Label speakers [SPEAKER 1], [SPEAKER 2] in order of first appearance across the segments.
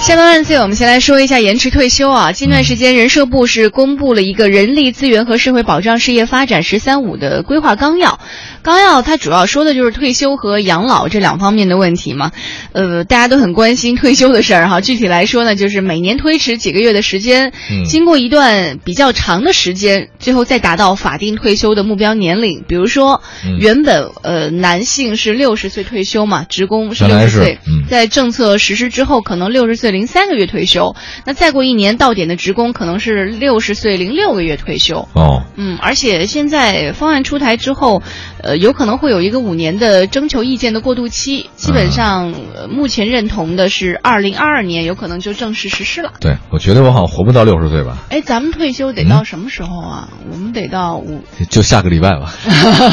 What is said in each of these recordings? [SPEAKER 1] 下半万岁，我们先来说一下延迟退休啊。近段时间，人社部是公布了一个人力资源和社会保障事业发展“十三五”的规划纲要。纲要它主要说的就是退休和养老这两方面的问题嘛。呃，大家都很关心退休的事儿哈。具体来说呢，就是每年推迟几个月的时间，
[SPEAKER 2] 嗯
[SPEAKER 1] 经过一段比较长的时间，最后再达到法定退休的目标年龄。比如说，
[SPEAKER 2] 嗯
[SPEAKER 1] 原本呃男性是六十岁退休嘛，职工是
[SPEAKER 2] 原
[SPEAKER 1] 六
[SPEAKER 2] 来
[SPEAKER 1] 十
[SPEAKER 2] 是
[SPEAKER 1] 岁，
[SPEAKER 2] 嗯
[SPEAKER 1] 在政策实施之后，可能六十岁零三个月退休，那再过一年到点的职工可能是六十岁零六个月退休。
[SPEAKER 2] 哦，
[SPEAKER 1] 嗯，而且现在方案出台之后，呃，有可能会有一个五年的征求意见的过渡期。基本上，呃目前认同的是二零二二年有可能就正式实施了。
[SPEAKER 2] 对，我觉得我好像活不到六十岁吧，
[SPEAKER 1] 哎，咱们退休得到什么时候啊？我们得到五，
[SPEAKER 2] 就下个礼 拜吧，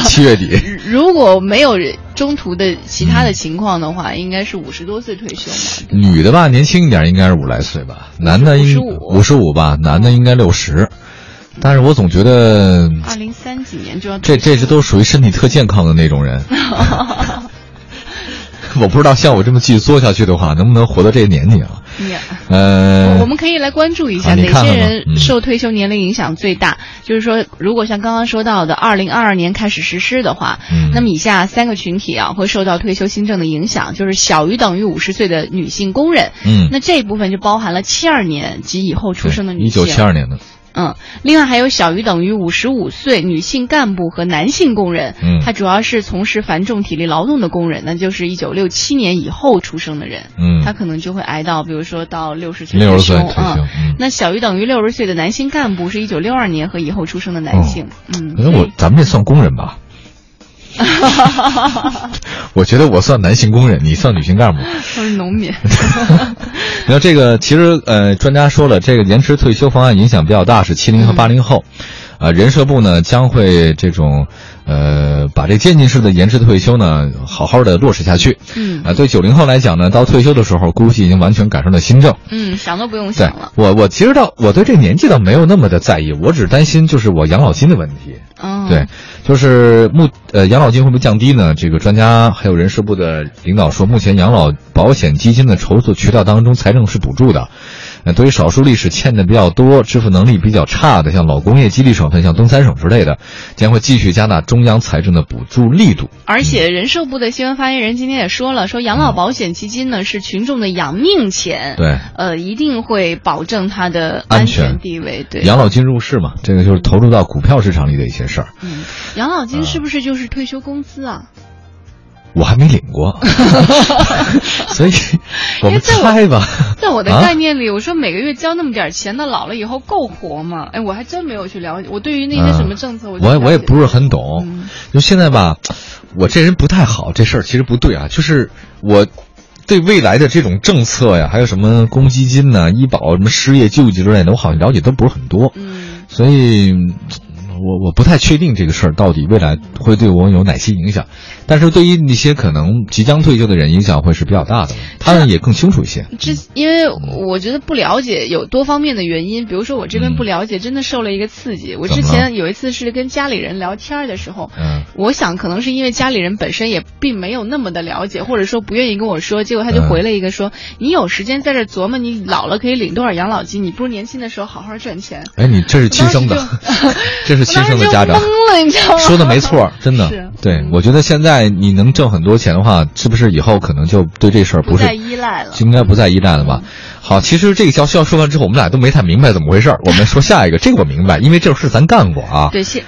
[SPEAKER 2] 七月底。
[SPEAKER 1] 如果没有中途的其他的情况的话，应该是五十多岁退休嘛。对吧
[SPEAKER 2] 女的吧，年轻一点应该是五十来岁吧，男的应
[SPEAKER 1] 55
[SPEAKER 2] 十五吧，男的应该六十。但是我总觉得
[SPEAKER 1] 二零三几年就要
[SPEAKER 2] 这这这都属于身体特健康的那 种人，我不知道像我这么继续作下去的话，能不能活到这个年纪啊？
[SPEAKER 1] 你
[SPEAKER 2] 呃，
[SPEAKER 1] 哦我我们可以来关注一下
[SPEAKER 2] 啊你
[SPEAKER 1] 哪
[SPEAKER 2] 看看
[SPEAKER 1] 些
[SPEAKER 2] 吧
[SPEAKER 1] 人
[SPEAKER 2] 嗯
[SPEAKER 1] 受退休年龄影响最大。就是说，如果像刚刚说到的，二零二二年开始实施的话，
[SPEAKER 2] 嗯
[SPEAKER 1] 那么以下三个群体啊会受到退休新政的影响，就是小于等于五十岁的女性工人。
[SPEAKER 2] 嗯
[SPEAKER 1] 那这一部分就包含了七二年及以后出生的女
[SPEAKER 2] 一
[SPEAKER 1] 性。
[SPEAKER 2] 九七二年的，
[SPEAKER 1] 嗯，另外还有小于等于五十五岁女性干部和男性工人，
[SPEAKER 2] 嗯
[SPEAKER 1] 他主要是从事繁重体力劳动的工人，那就是一九六七年以后出生的人，
[SPEAKER 2] 嗯
[SPEAKER 1] 他可能就会挨到，比如说到六十岁
[SPEAKER 2] 六十岁
[SPEAKER 1] 退
[SPEAKER 2] 退休
[SPEAKER 1] 嗯。。
[SPEAKER 2] 嗯
[SPEAKER 1] 那小于等于六十岁的男性干部是一九六二年和以后出生的男性，嗯，
[SPEAKER 2] 因为我咱们这算工人吧？我觉得我算男性工人，你算女性干部。
[SPEAKER 1] 都是农 民，
[SPEAKER 2] 那这个其实呃，专家说了，这个延迟退休方案影响比较大，是七零和八零后。呃，人社部呢将会这种，呃，把这渐进式的延迟退休呢，好好的落实下去。
[SPEAKER 1] 嗯
[SPEAKER 2] 啊、对九零后来讲呢，到退休的时候，估计已经完全赶上了新政。
[SPEAKER 1] 嗯，想都不用
[SPEAKER 2] 对
[SPEAKER 1] 想了，
[SPEAKER 2] 我，我其实倒我对这年纪倒没有那么的在意，我只担心就是我养老金的问题。
[SPEAKER 1] 嗯，
[SPEAKER 2] 对，，就是目呃养老金会不会降低呢？这个专家还有人事部的领导说，目前养老保险基金的筹措渠道当中，财政是补助的。呃，对于少数历史欠的比较多、支付能力比较差的，像老工业激励省份、像东三省之类的，将会继续加大中央财政的补助力度。
[SPEAKER 1] 而且人社部的新闻发言人今天也说了，说养老保险基金呢是群众的养命钱，
[SPEAKER 2] 对，
[SPEAKER 1] 呃，一定会保证它的
[SPEAKER 2] 安
[SPEAKER 1] 安
[SPEAKER 2] 全
[SPEAKER 1] 全地位。对，
[SPEAKER 2] 养老金入市嘛，这个就是投入到股票市场里的一些事儿，
[SPEAKER 1] 嗯，养老金是不是就是退休工资啊？
[SPEAKER 2] 我还没领 过，所以我
[SPEAKER 1] 因为
[SPEAKER 2] 们
[SPEAKER 1] 在我
[SPEAKER 2] 猜吧。
[SPEAKER 1] 在我的
[SPEAKER 2] 啊
[SPEAKER 1] 概念里，我说每个月交那么点儿钱，那老了以后够活吗？哎，我还真没有去了解。我对于那些
[SPEAKER 2] 嗯
[SPEAKER 1] 什么政策，就
[SPEAKER 2] 我
[SPEAKER 1] 了
[SPEAKER 2] 我也
[SPEAKER 1] 解
[SPEAKER 2] 不是很懂
[SPEAKER 1] 嗯，
[SPEAKER 2] 就现在吧，我这人不太好，这事儿其实不对啊，就是我。对未来的这种政策呀，还有什么公积金呐、医保、什么失业救济之类的，我好像了解都不是很多，
[SPEAKER 1] 嗯
[SPEAKER 2] 所以，嗯我我不太确定这个事儿到底未来会对我有哪些影响。但是对于那些可能即将退休的人，影响会是比较大的，他们也更清楚一些。
[SPEAKER 1] 之，因为我觉得不了解有多方面的原因，比如说我这边
[SPEAKER 2] 嗯
[SPEAKER 1] 不了解，真的受了一个刺激。我
[SPEAKER 2] 怎
[SPEAKER 1] 之
[SPEAKER 2] 么
[SPEAKER 1] 前有一次是跟家里人聊天儿的时候，
[SPEAKER 2] 嗯，
[SPEAKER 1] 我想可能是因为家里人本身也并没有那么的了解，或者说不愿意跟我说，结果他就
[SPEAKER 2] 嗯
[SPEAKER 1] 回了一个说：“你有时间在这琢磨，你老了可以领多少养老金？你不如年轻的时候好好赚钱。
[SPEAKER 2] 哎，你这是亲生的
[SPEAKER 1] 我当时就，
[SPEAKER 2] 这是亲生的家
[SPEAKER 1] 我
[SPEAKER 2] 长。
[SPEAKER 1] 当时就懵了，你知 道吗？
[SPEAKER 2] 说的没错儿，真的
[SPEAKER 1] 是。
[SPEAKER 2] 对，我觉得现在你能挣很多钱的话，是不是以后可能就对这事儿
[SPEAKER 1] 不
[SPEAKER 2] 是
[SPEAKER 1] 再依赖了。
[SPEAKER 2] 应该不再依赖了吧？好，其实这个消息要说完之后，我们俩都没太明白怎么回事儿。我们说下一个，这个我明白，因为这事儿咱干过啊。
[SPEAKER 1] 对，现